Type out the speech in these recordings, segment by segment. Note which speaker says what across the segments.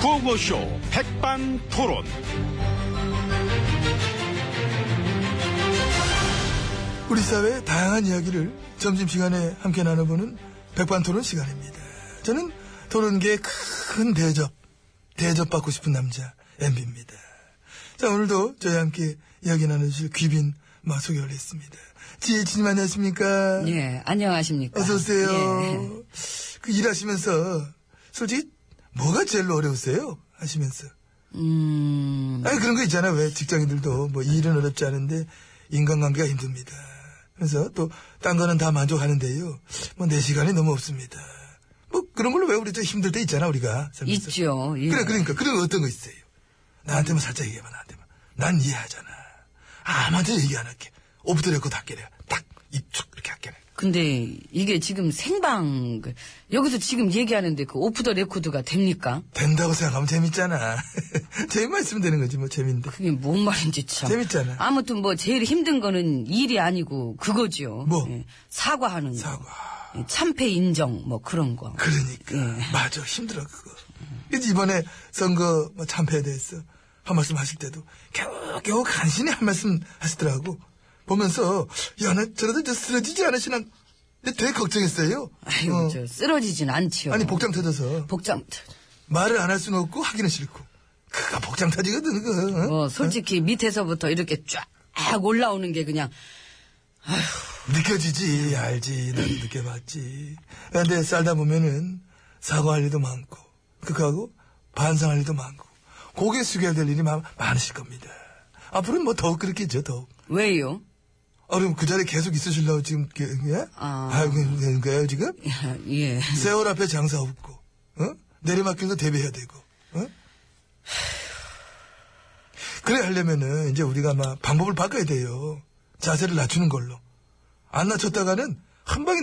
Speaker 1: 구호쇼 백반토론.
Speaker 2: 우리 사회의 다양한 이야기를 점심시간에 함께 나눠보는 백반토론 시간입니다. 저는 토론계의 큰 대접, 대접받고 싶은 남자 엠비입니다. 자 오늘도 저희와 함께 이야기 나눠주실 귀빈 마 소개를 했습니다. 지혜진님 안녕하십니까?
Speaker 3: 예, 안녕하십니까.
Speaker 2: 어서오세요.
Speaker 3: 예.
Speaker 2: 그 일하시면서 솔직히 뭐가 제일 어려우세요? 하시면서.
Speaker 3: 음,
Speaker 2: 아니 그런 거 있잖아 왜 직장인들도 뭐 일은 어렵지 않은데 인간관계가 힘듭니다. 그래서 또 딴 거는 다 만족하는데요. 뭐 내 시간이 너무 없습니다. 뭐 그런 걸로 왜 우리 또 힘들 때 있잖아 우리가. 살면서.
Speaker 3: 있죠. 예.
Speaker 2: 그래 그러니까 그런 거 어떤 거 있어요? 나한테만 살짝 얘기해봐 나한테만. 난 이해하잖아. 아무한테 얘기 안 할게. 오브드레코 다 깨려. 딱 입축 이렇게 할게.
Speaker 3: 근데 이게 지금 생방, 그- 여기서 지금 얘기하는데 그 오프 더 레코드가 됩니까?
Speaker 2: 된다고 생각하면 재밌잖아. 재미만 있으면 되는 거지 뭐 재밌는데.
Speaker 3: 그게 뭔 말인지 참.
Speaker 2: 재밌잖아.
Speaker 3: 아무튼 뭐 제일 힘든 거는 일이 아니고 그거지요.
Speaker 2: 뭐?
Speaker 3: 사과하는 거.
Speaker 2: 사과.
Speaker 3: 예, 참패 인정 뭐 그런 거.
Speaker 2: 그러니까
Speaker 3: 예.
Speaker 2: 맞아 힘들어 그거 그래서 이번에 선거 뭐 참패에 대해서 한 말씀 하실 때도 겨우 겨우 간신히 한 말씀 하시더라고 보면서 야나 저러다 저 쓰러지지 않으시나 근데 되게 걱정했어요
Speaker 3: 아이고
Speaker 2: 어.
Speaker 3: 저 쓰러지진 않지요.
Speaker 2: 아니 복장 터져서
Speaker 3: 복장.
Speaker 2: 말을 안 할 수는 없고 하기는 싫고 그가 복장 터지거든 그거 어?
Speaker 3: 뭐 솔직히 밑에서부터 이렇게 쫙 올라오는 게 그냥
Speaker 2: 느껴지지 알지 나도 느껴봤지 근데 살다 보면은 사과할 일도 많고 그거하고 반성할 일도 많고 고개 숙여야 될 일이 많, 많으실 겁니다 앞으로는 뭐 더욱 그렇겠죠 더욱
Speaker 3: 왜요?
Speaker 2: 아 그럼 그 자리에 계속 있으실라고 지금 게- 예?
Speaker 3: 아.
Speaker 2: 알고 있는 거예요 지금?
Speaker 3: 예.
Speaker 2: 세월 앞에 장사 없고 어? 내리막길도 대비해야 되고 어? 그래 하려면은 이제 우리가 막 방법을 바꿔야 돼요 자세를 낮추는 걸로 안 낮췄다가는 한 방에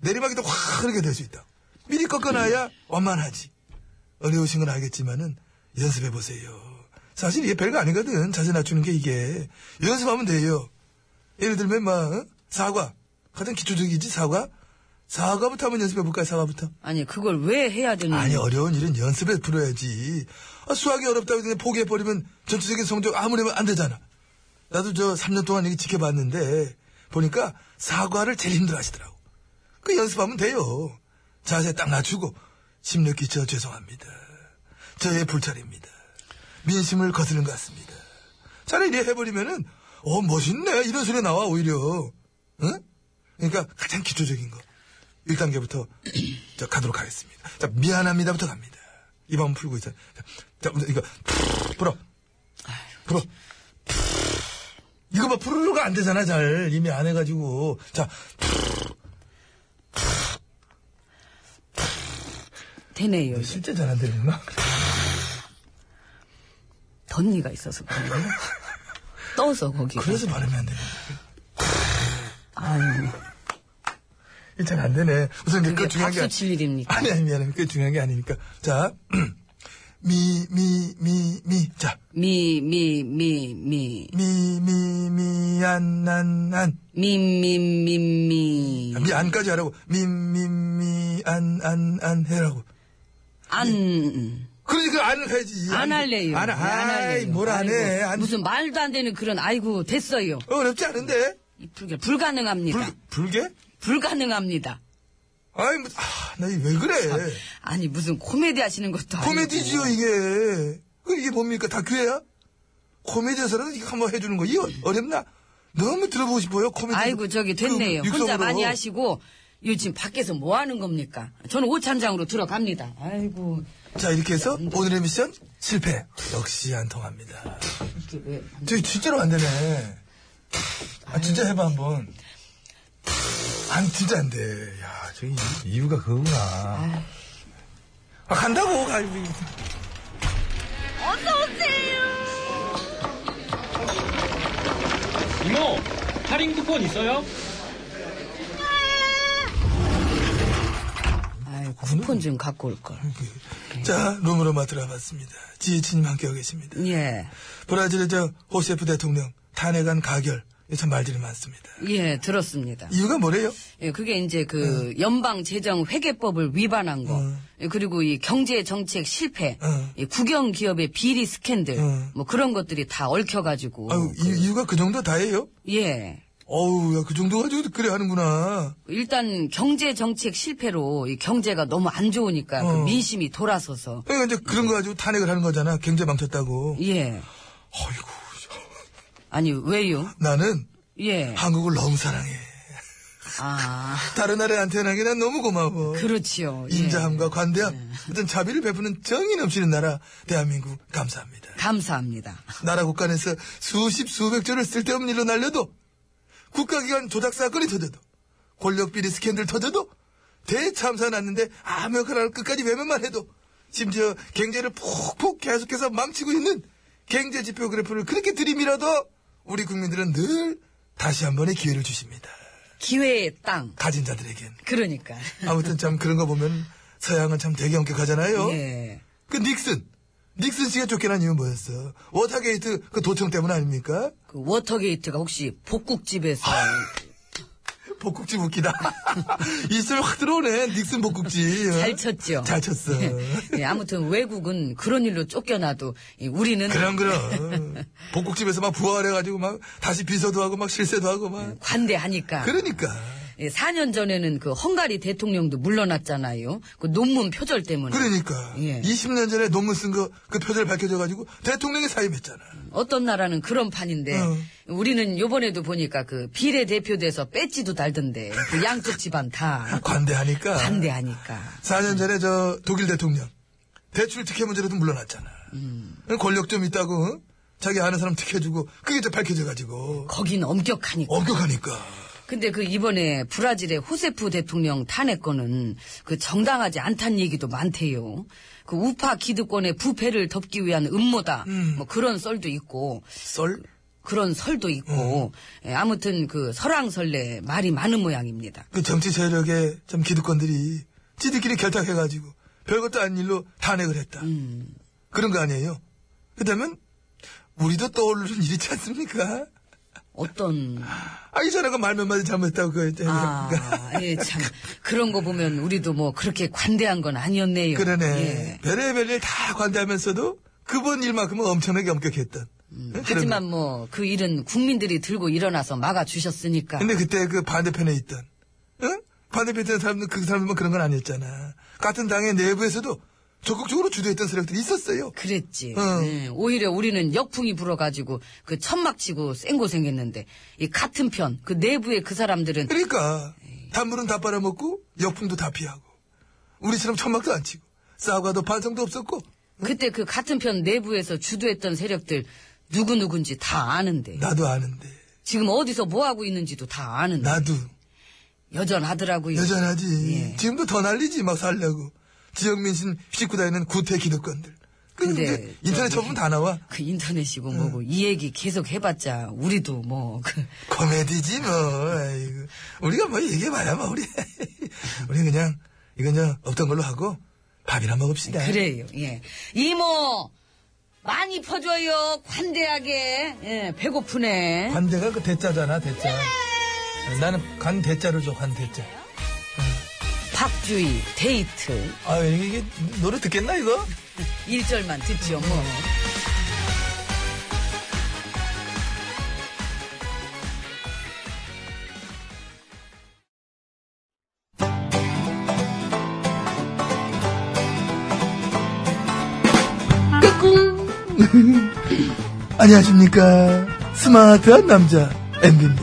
Speaker 2: 내리막이도 확 흐르게 될 수 있다 미리 꺾어놔야 완만하지 어려우신 건 알겠지만은 연습해 보세요 사실 이게 별거 아니거든 자세 낮추는 게 이게 연습하면 돼요 예를 들면 막 어? 사과 가장 기초적이지 사과 사과부터 한번 연습해 볼까요 사과부터
Speaker 3: 아니 그걸 왜 해야 되는?
Speaker 2: 아니 어려운 일은 연습에 풀어야지 아, 수학이 어렵다고 그냥 포기해버리면 전체적인 성적 아무래도 안 되잖아 나도 저 3년 동안 이게 지켜봤는데 보니까 사과를 제일 힘들어 하시더라고 그 연습하면 돼요 자세 딱 낮추고 심력 끼쳐 죄송합니다 저의 불찰입니다 민심을 거스른 것 같습니다 차라리 이래 해버리면은 어 멋있네 이런 소리 나와 오히려 응? 그러니까 가장 기초적인 거 1단계부터 자, 가도록 하겠습니다. 자, 미안합니다부터 갑니다. 입안 풀고 있어요. 자, 자, 우선 이거 풀어. 풀어. 이거 봐, 풀어가 안 되잖아, 잘. 이미 안 해가지고. 자,
Speaker 3: 되네요.
Speaker 2: 실제 잘 안 되는구나.
Speaker 3: 덧니가 있어서 그래요. 떠서 거기.
Speaker 2: 그래서 발음이 안 되네.
Speaker 3: 아유,
Speaker 2: 잘안 되네. 우선 이제
Speaker 3: 그게
Speaker 2: 그 중요한 게.
Speaker 3: 박수 칠 일입니까?
Speaker 2: 아니, 아니, 미안해. 그게 중요한 게 아니니까. 자, 미, 미, 미, 미. 자,
Speaker 3: 미, 미, 미, 미,
Speaker 2: 미, 미, 미, 안, 안, 안.
Speaker 3: 미, 미, 미, 미,
Speaker 2: 미, 안까지 하라고. 미, 미, 미, 안, 안, 안 해라고.
Speaker 3: 안, 음.
Speaker 2: 그러니까 안 해야지.
Speaker 3: 안 할래요.
Speaker 2: 안,
Speaker 3: 네, 안
Speaker 2: 아이,
Speaker 3: 할래요.
Speaker 2: 뭘 안 해.
Speaker 3: 아이고,
Speaker 2: 안,
Speaker 3: 무슨 말도 안 되는 그런, 아이고, 됐어요.
Speaker 2: 어렵지 않은데?
Speaker 3: 이 불가, 불가능합니다.
Speaker 2: 불, 불게?
Speaker 3: 불가능합니다.
Speaker 2: 아이, 뭐, 아, 나 왜 그래.
Speaker 3: 아니, 무슨 코미디 하시는 것도 아니고.
Speaker 2: 코미디지요, 이게. 그 이게 뭡니까? 다큐예요? 코미디에서라도 이거 한번 해주는 거. 이거 어렵나? 너무 들어보고 싶어요, 코미디.
Speaker 3: 아이고, 저기 됐네요.
Speaker 2: 그
Speaker 3: 혼자
Speaker 2: 육성으로.
Speaker 3: 많이 하시고, 이 지금 밖에서 뭐 하는 겁니까? 저는 오찬장으로 들어갑니다. 아이고,
Speaker 2: 자, 이렇게 해서
Speaker 3: 네.
Speaker 2: 오늘의 미션 실패. 역시 안 통합니다.
Speaker 3: 이게 왜.
Speaker 2: 저기 진짜로 안 되네. 아, 진짜 해봐, 한 번. 안, 진짜 안 돼. 야, 저기 이유가 그거구나. 아, 간다고, 갈비.
Speaker 4: 이모, 할인 쿠폰 있어요?
Speaker 3: 아이, 쿠폰 좀 갖고 올걸.
Speaker 2: 자, 룸으로 마들어봤습니다. 지혜진님 함께하고 계십니다.
Speaker 3: 예.
Speaker 2: 브라질의 저 호세프 대통령 탄핵안 가결 참 말들이 많습니다.
Speaker 3: 예, 들었습니다.
Speaker 2: 이유가 뭐래요?
Speaker 3: 예, 그게 이제 그
Speaker 2: 예.
Speaker 3: 연방 재정 회계법을 위반한 거. 예, 그리고 이 경제 정책 실패,
Speaker 2: 음.
Speaker 3: 이 국영 기업의 비리 스캔들,
Speaker 2: 음.
Speaker 3: 뭐 그런 것들이 다 얽혀가지고.
Speaker 2: 아유, 이- 이유가 그 정도 다예요?
Speaker 3: 예.
Speaker 2: 어우, 야, 그 정도 가지고도 그래 하는구나.
Speaker 3: 일단 경제 정책 실패로 이 경제가 너무 안 좋으니까 그
Speaker 2: 어.
Speaker 3: 민심이 돌아서서.
Speaker 2: 그러니까 이제 그런 거 가지고 탄핵을 하는 거잖아. 경제 망쳤다고.
Speaker 3: 예.
Speaker 2: 어이구,
Speaker 3: 아니, 왜요?
Speaker 2: 나는
Speaker 3: 예.
Speaker 2: 한국을 너무 사랑해.
Speaker 3: 아,
Speaker 2: 다른 나라에 태어나게 난 너무 고마워.
Speaker 3: 그렇지요. 예.
Speaker 2: 인자함과 관대함, 어떤 자비를 베푸는 정이 넘치는 나라, 대한민국 감사합니다.
Speaker 3: 감사합니다.
Speaker 2: 나라 국간에서 수십 수백 조를 쓸데없는 일로 날려도 국가기관 조작 사건이 터져도 권력 비리 스캔들 터져도 대참사 났는데 아무 역할을 끝까지 외면만 해도 심지어 경제를 폭폭 계속해서 망치고 있는 경제 지표 그래프를 그렇게 들이밀어도 우리 국민들은 늘 다시 한 번의 기회를 주십니다.
Speaker 3: 기회의 땅.
Speaker 2: 가진 자들에겐.
Speaker 3: 그러니까.
Speaker 2: 아무튼 참 그런 거 보면 서양은 참 되게 엄격하잖아요.
Speaker 3: 예.
Speaker 2: 그 닉슨. 닉슨 씨가 쫓겨난 이유는 뭐였어? 워터게이트 그 도청 때문 아닙니까?
Speaker 3: 그 워터게이트가 혹시 복국집에서
Speaker 2: 아, 복국집 웃기다. 입술 확 들어오네. 닉슨 복국집.
Speaker 3: 잘 쳤죠.
Speaker 2: 잘 쳤어.
Speaker 3: 예, 아무튼 외국은 그런 일로 쫓겨나도 이 우리는
Speaker 2: 그럼 그럼. 복국집에서 막 부활 해가지고 막 다시 비서도 하고 막 실세도 하고 막.
Speaker 3: 관대하니까.
Speaker 2: 그러니까.
Speaker 3: 예, 4년 전에는 그 헝가리 대통령도 물러났잖아요. 그 논문 표절 때문에.
Speaker 2: 그러니까.
Speaker 3: 예.
Speaker 2: 20년 전에 논문 쓴 거 그 표절 밝혀져가지고 대통령이 사임했잖아.
Speaker 3: 어떤 나라는 그런 판인데
Speaker 2: 어.
Speaker 3: 우리는 요번에도 보니까 그 비례 대표돼서 배지도 달던데 그 양쪽 집안
Speaker 2: 아.
Speaker 3: 다
Speaker 2: 관대하니까.
Speaker 3: 반대하니까.
Speaker 2: 4년 전에 저 독일 대통령 대출 특혜 문제로도 물러났잖아. 권력 좀 있다고 응? 자기 아는 사람 특혜주고 그게 이제 밝혀져가지고
Speaker 3: 거긴 엄격하니까.
Speaker 2: 엄격하니까.
Speaker 3: 근데 그 이번에 브라질의 호세프 대통령 탄핵 건은 그 정당하지 않다는 얘기도 많대요. 그 우파 기득권의 부패를 덮기 위한 음모다. 뭐 그런 썰도 있고
Speaker 2: 썰?
Speaker 3: 그런 설도 있고
Speaker 2: 음.
Speaker 3: 예, 아무튼 그 설왕설래 말이 많은 모양입니다.
Speaker 2: 그 정치 세력의 참 기득권들이 지들끼리 결탁해가지고 별것도 아닌 일로 탄핵을 했다. 그런 거 아니에요? 그렇다면 우리도 떠오르는 일이 있지 않습니까?
Speaker 3: 어떤
Speaker 2: 아, 이 사람과 말 몇 마디 잘못했다고 그거 이제
Speaker 3: 아,
Speaker 2: 그러니까.
Speaker 3: 예, 참. 그런 거 보면 우리도 뭐 그렇게 관대한 건 아니었네요.
Speaker 2: 그러네.
Speaker 3: 예.
Speaker 2: 별의별 일 다 관대하면서도 그번 일만큼은 엄청나게 엄격했던. 그런
Speaker 3: 하지만 뭐 그 일은 국민들이 들고 일어나서 막아주셨으니까.
Speaker 2: 근데 그때 그 반대편에 있던, 응? 반대편에 있던 사람들, 그 사람들만 그런 건 아니었잖아. 같은 당의 내부에서도 적극적으로 주도했던 세력들이 있었어요.
Speaker 3: 그랬지.
Speaker 2: 어.
Speaker 3: 예, 오히려 우리는 역풍이 불어가지고 그 천막 치고 생고생했는데 이 같은 편 그 내부의 그 사람들은
Speaker 2: 그러니까, 단물은 다 빨아먹고, 역풍도 다 피하고, 우리처럼 천막도 안 치고, 싸우가도 반성도 없었고,
Speaker 3: 그때 그 같은 편 내부에서 주도했던 세력들 누구 누군지 다 아는데
Speaker 2: 나도 아는데,
Speaker 3: 지금 어디서 뭐 하고 있는지도 다 아는데
Speaker 2: 나도
Speaker 3: 여전하더라고요.
Speaker 2: 여전하지.
Speaker 3: 예.
Speaker 2: 지금도 더 날리지, 막 살려고. 지역민심 씹고 다니는 구태 기득권들.
Speaker 3: 근데
Speaker 2: 근데 인터넷
Speaker 3: 저기-
Speaker 2: 쳐보면 다 나와.
Speaker 3: 그 인터넷이고 뭐고 이 얘기 계속 해봤자 우리도 뭐 그,
Speaker 2: 코미디지 뭐. 아이고. 우리가 뭐 얘기해봐야 뭐 우리 우리 그냥 이건 저 없던 걸로 하고 밥이나 먹읍시다.
Speaker 3: 그래요. 예 이모 많이 퍼줘요 관대하게 예 배고프네.
Speaker 2: 관대가 그 대자잖아 대자. 나는 간 대자로 줘 간 대자.
Speaker 3: 박주희 데이트
Speaker 2: 아 이게 노래 듣겠나 이거?
Speaker 3: 1절만 듣죠 뭐.
Speaker 2: 안녕하십니까 스마트한 남자 엠비입니다.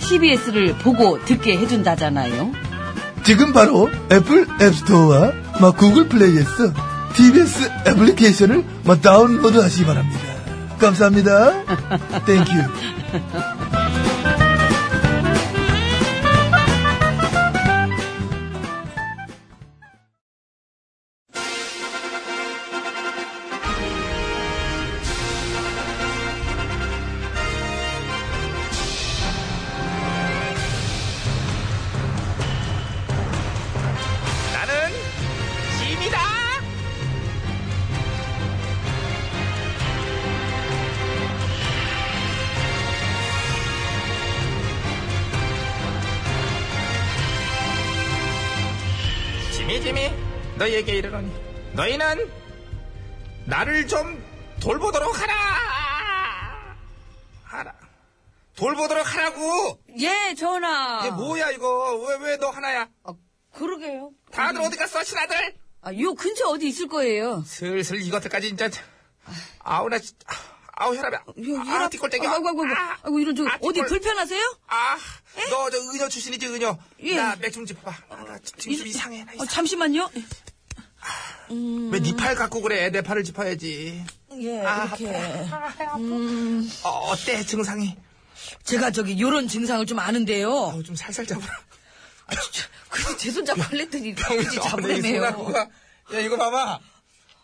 Speaker 3: TBS를 보고 듣게 해준다잖아요.
Speaker 2: 지금 바로 애플 앱스토어와 막 구글 플레이에서 TBS 애플리케이션을 막 다운로드 하시기 바랍니다. 감사합니다. 땡큐.
Speaker 5: 이지미 너희에게 이르노니 너희는 나를 좀 돌보도록 하라 하라 돌보도록 하라고
Speaker 3: 예, 전하.
Speaker 5: 얘 뭐야 이거 왜 왜 너 하나야
Speaker 3: 아, 그러게요.
Speaker 5: 다들 어디 갔어 신하들
Speaker 3: 아, 요 근처 어디 있을 거예요.
Speaker 5: 슬슬 이것들까지 진짜 아우 나 진- 아우 혈압이
Speaker 3: 요,
Speaker 5: 아
Speaker 3: 혈압-
Speaker 5: 뒷골땡겨
Speaker 3: 아이고, 아이고, 아이고. 아이고, 이런, 저,
Speaker 5: 아,
Speaker 3: 어디
Speaker 5: 뒷골.
Speaker 3: 불편하세요?
Speaker 5: 아 너 저 은여 출신이지 은여
Speaker 3: 예.
Speaker 5: 나 맥 좀 짚어봐 아, 나 지금 좀 이상해 나
Speaker 3: 어, 음.
Speaker 5: 이상해
Speaker 3: 잠시만요.
Speaker 5: 왜 네 팔 갖고 그래 내 팔을 짚어야지
Speaker 3: 예,
Speaker 5: 아,
Speaker 3: 이렇게.
Speaker 5: 어, 어때 증상이
Speaker 3: 제가 저기 요런 증상을 좀 아는데요.
Speaker 5: 어좀 살살 잡아라
Speaker 3: 그래서 제 손잡고 할랬더니
Speaker 5: 병이
Speaker 3: 굳이
Speaker 5: 잡으래매요.
Speaker 3: 잡으래매요.
Speaker 5: 야 이거 봐봐. 어,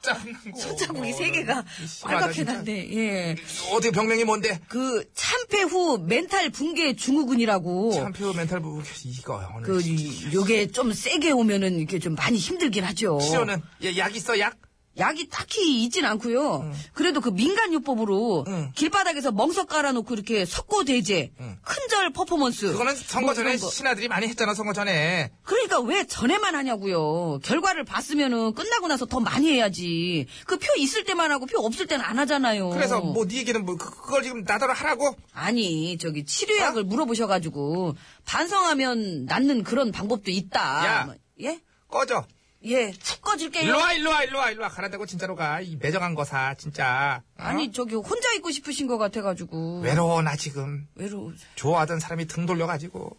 Speaker 5: 짱구.
Speaker 3: 손자국이 세 개가
Speaker 5: 심하다,
Speaker 3: 빨갛게
Speaker 5: 진짜.
Speaker 3: 났네. 예.
Speaker 5: 어떻게 병명이 뭔데?
Speaker 3: 그 참패 후 멘탈 붕괴 증후군이라고
Speaker 5: 참표 멘탈 부부 이거 어, 오늘
Speaker 3: 어. 그
Speaker 5: 시-
Speaker 3: 이- 요게 좀 세게 오면은 이게 좀 많이 힘들긴 하죠.
Speaker 5: 치료는 예, 약 있어 약?
Speaker 3: 약이 딱히 있진 않고요.
Speaker 5: 음.
Speaker 3: 그래도 그 민간 요법으로
Speaker 5: 응.
Speaker 3: 길바닥에서 멍석 깔아놓고 이렇게 석고 대제, 큰절 퍼포먼스.
Speaker 5: 음. 그거는 선거
Speaker 3: 뭐
Speaker 5: 전에
Speaker 3: 이런 거.
Speaker 5: 신하들이 많이 했잖아 선거 전에.
Speaker 3: 그러니까 왜 전에만 하냐고요. 결과를 봤으면은 끝나고 나서 더 많이 해야지. 그 표 있을 때만 하고 표 없을 때는 안 하잖아요.
Speaker 5: 그래서 뭐 네 얘기는 뭐 그- 그걸 지금 나더러 하라고?
Speaker 3: 아니 저기 치료약을 물어보셔가지고 반성하면 낫는 그런 방법도 있다.
Speaker 5: 야.
Speaker 3: 뭐, 예?
Speaker 5: 꺼져.
Speaker 3: 예, 툭 꺼질게요.
Speaker 5: 일로 와 일로 와 일로 와 일로 와 가라다고 진짜로 가. 이 매정한 거사 진짜. 어?
Speaker 3: 아니 저기 혼자 있고 싶으신 것 같아가지고
Speaker 5: 외로워 나 지금.
Speaker 3: 외로.
Speaker 5: 좋아하던 사람이 등 돌려가지고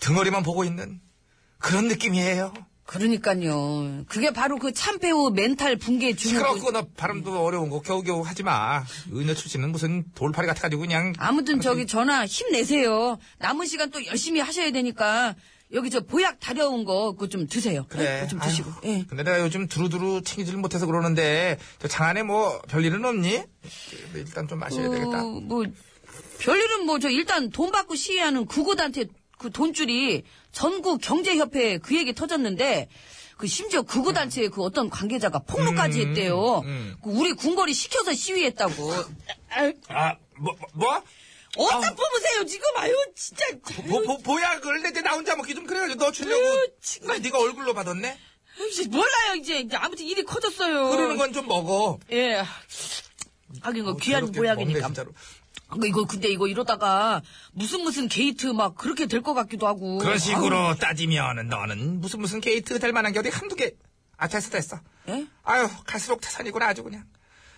Speaker 5: 등어리만 보고 있는 그런 느낌이에요.
Speaker 3: 그러니까요. 그게 바로 그 참패 후 멘탈 붕괴
Speaker 5: 시끄럽고
Speaker 3: 증후군.
Speaker 5: 나 발음도 어려운 거 겨우겨우 하지 마. 은여 출신은 무슨 돌팔이 같아가지고 그냥
Speaker 3: 아무튼 저기 전화 힘내세요. 남은 시간 또 열심히 하셔야 되니까 여기 저 보약 다려온 거 그거 좀 드세요.
Speaker 5: 그래.
Speaker 3: 그거 좀 드시고.
Speaker 5: 아휴,
Speaker 3: 예.
Speaker 5: 근데 내가 요즘 두루두루 챙기질 못해서 그러는데 저 장안에 뭐 별일은 없니? 일단 좀 마셔야 되겠다.
Speaker 3: 어, 뭐 별일은 뭐 저 일단 돈 받고 시위하는 구구단체 그 돈줄이 전국 경제협회에 그 얘기 터졌는데 그 심지어 구구단체의 그 어떤 관계자가 폭로까지
Speaker 5: 음,
Speaker 3: 했대요. 그 우리 궁궐이 시켜서 시위했다고.
Speaker 5: 아, 뭐, 뭐, 뭐?
Speaker 3: 어디다 뽑으세요 지금 아유 진짜.
Speaker 5: 보, 보, 보약을 내나 혼자 먹기 좀 그래가지고 너 주려고.
Speaker 3: 으,
Speaker 5: 나 네가 얼굴로 받았네?
Speaker 3: 아유, 이제 뭐, 몰라요 이제. 이제 아무튼 일이 커졌어요.
Speaker 5: 그러는 건 좀 먹어.
Speaker 3: 예. 하긴 거 귀한
Speaker 5: 더럽게 어, 먹네,
Speaker 3: 보약이니까.
Speaker 5: 진짜로.
Speaker 3: 아, 이거 근데 이거 이러다가 무슨 무슨 게이트 막 그렇게 될 것 같기도 하고.
Speaker 5: 그런 식으로
Speaker 3: 아유,
Speaker 5: 따지면은 너는 무슨 무슨 게이트 될 만한 게 어디 한두 개. 아, 됐어, 됐어.
Speaker 3: 예?
Speaker 5: 아유, 갈수록 태산이구나, 아주 그냥.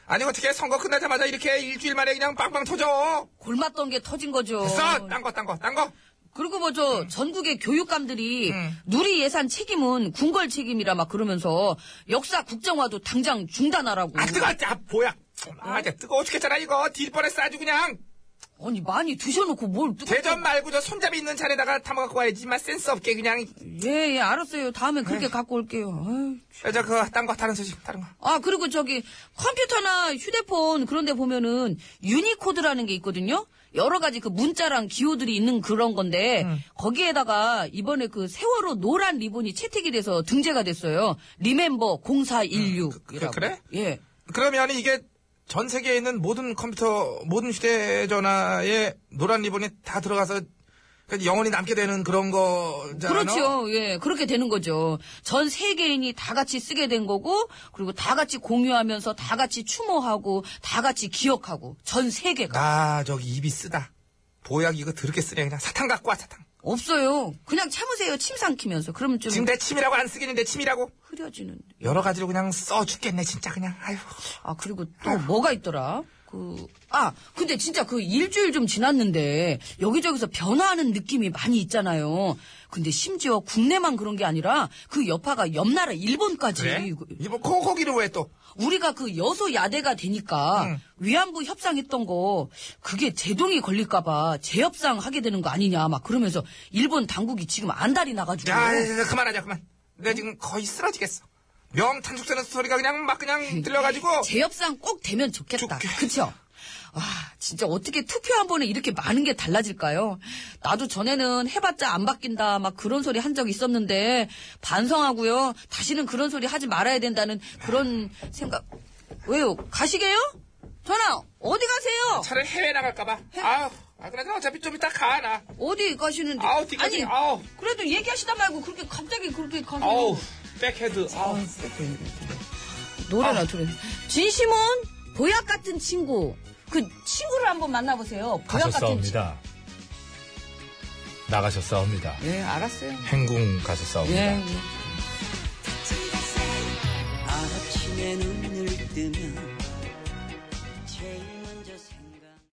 Speaker 5: 아니, 어떻게 선거 끝나자마자 이렇게 일주일 만에 그냥 빵빵 터져.
Speaker 3: 골맞던 게 터진 거죠.
Speaker 5: 됐어! 딴 거, 딴 거, 딴 거.
Speaker 3: 그리고 뭐 저 전국의 교육감들이
Speaker 5: 음.
Speaker 3: 누리 예산 책임은 궁궐 책임이라 막 그러면서 역사 국정화도 당장 중단하라고.
Speaker 5: 아, 뜨거, 아, 뭐야. 아, 이제 뜨거워 죽겠잖아, 이거. 딜 뻔했어, 아주 그냥.
Speaker 3: 아니 많이 드셔놓고 뭘 뜨거?
Speaker 5: 대전 말고 저 손잡이 있는 잔에다가 담아갖고 와야지. 막 센스 없게 그냥.
Speaker 3: 예예 알았어요. 다음엔
Speaker 5: 네.
Speaker 3: 그렇게 갖고 올게요. 아유.
Speaker 5: 저, 그, 딴 거, 다른 소식, 다른 거.
Speaker 3: 아 그리고 저기 컴퓨터나 휴대폰 그런데 보면은 유니코드라는 게 있거든요. 여러 가지 그 문자랑 기호들이 있는 그런 건데
Speaker 5: 음.
Speaker 3: 거기에다가 이번에 그 세월호 노란 리본이 채택이 돼서 등재가 됐어요. 리멤버 0416이라고.
Speaker 5: 음, 그래?
Speaker 3: 예.
Speaker 5: 그러면 이게 전 세계에 있는 모든 컴퓨터, 모든 휴대전화에 노란 리본이 다 들어가서 그러니까 영원히 남게 되는 그런 거잖아.
Speaker 3: 그렇죠. 예. 그렇게 되는 거죠. 전 세계인이 다 같이 쓰게 된 거고, 그리고 다 같이 공유하면서 다 같이 추모하고, 다 같이 기억하고, 전 세계가.
Speaker 5: 나 저기 입이 쓰다. 보약 이거 더럽게 쓰네. 그냥 사탕 갖고 와, 사탕.
Speaker 3: 없어요. 그냥 참으세요. 침 삼키면서. 그러면 좀
Speaker 5: 지금 내 침이라고 안 쓰기는 내 침이라고.
Speaker 3: 흐려지는.
Speaker 5: 여러 가지로 그냥 써 죽겠네, 진짜 그냥. 아휴.
Speaker 3: 아, 그리고 또 뭐가 있더라? 그, 아, 근데 진짜 그 일주일 좀 지났는데, 여기저기서 변화하는 느낌이 많이 있잖아요. 근데 심지어 국내만 그런 게 아니라, 그 여파가 옆나라 일본까지. 이거-
Speaker 5: 이거 거, 거기를 왜 또?
Speaker 3: 우리가 그 여소 야대가 되니까 위안부 협상했던 거 그게 제동이 걸릴까봐 재협상 하게 되는 거 아니냐 막 그러면서 일본 당국이 지금 안달이 나가지고
Speaker 5: 야, 야, 야, 그만하자, 그만. 내가 지금 거의 쓰러지겠어. 명탄죽되는 소리가 그냥 막 그냥 들려가지고.
Speaker 3: 재협상 꼭 되면 좋겠다.
Speaker 5: 좋게.
Speaker 3: 그쵸? 와, 진짜 어떻게 투표 한 번에 이렇게 많은 게 달라질까요? 나도 전에는 해봤자 안 바뀐다, 막 그런 소리 한 적 있었는데, 반성하고요. 다시는 그런 소리 하지 말아야 된다는 그런 생각. 왜요? 가시게요? 전화, 어디 가세요?
Speaker 5: 차라리 해외 나갈까봐. 아우, 아, 그래, 나 어차피 좀 이따 가, 나.
Speaker 3: 음. 어디 가시는데?
Speaker 5: 아우, 뒤까지,
Speaker 3: 아니,
Speaker 5: 아우.
Speaker 3: 그래도 얘기하시다 말고 그렇게 갑자기 그렇게 가서
Speaker 5: 아우.
Speaker 4: 백헤드. 아,
Speaker 3: 음. 노래나 들어. 진심은 보약 같은 친구. 그 친구를 한번 만나보세요. 보약 같은 친구.
Speaker 5: 가셨사옵니다. 나가셨사옵니다.
Speaker 3: 예, 알았어요.
Speaker 5: 행궁
Speaker 3: 예.
Speaker 5: 가셨사옵니다.
Speaker 3: 예.
Speaker 6: 아침에 눈을 뜨면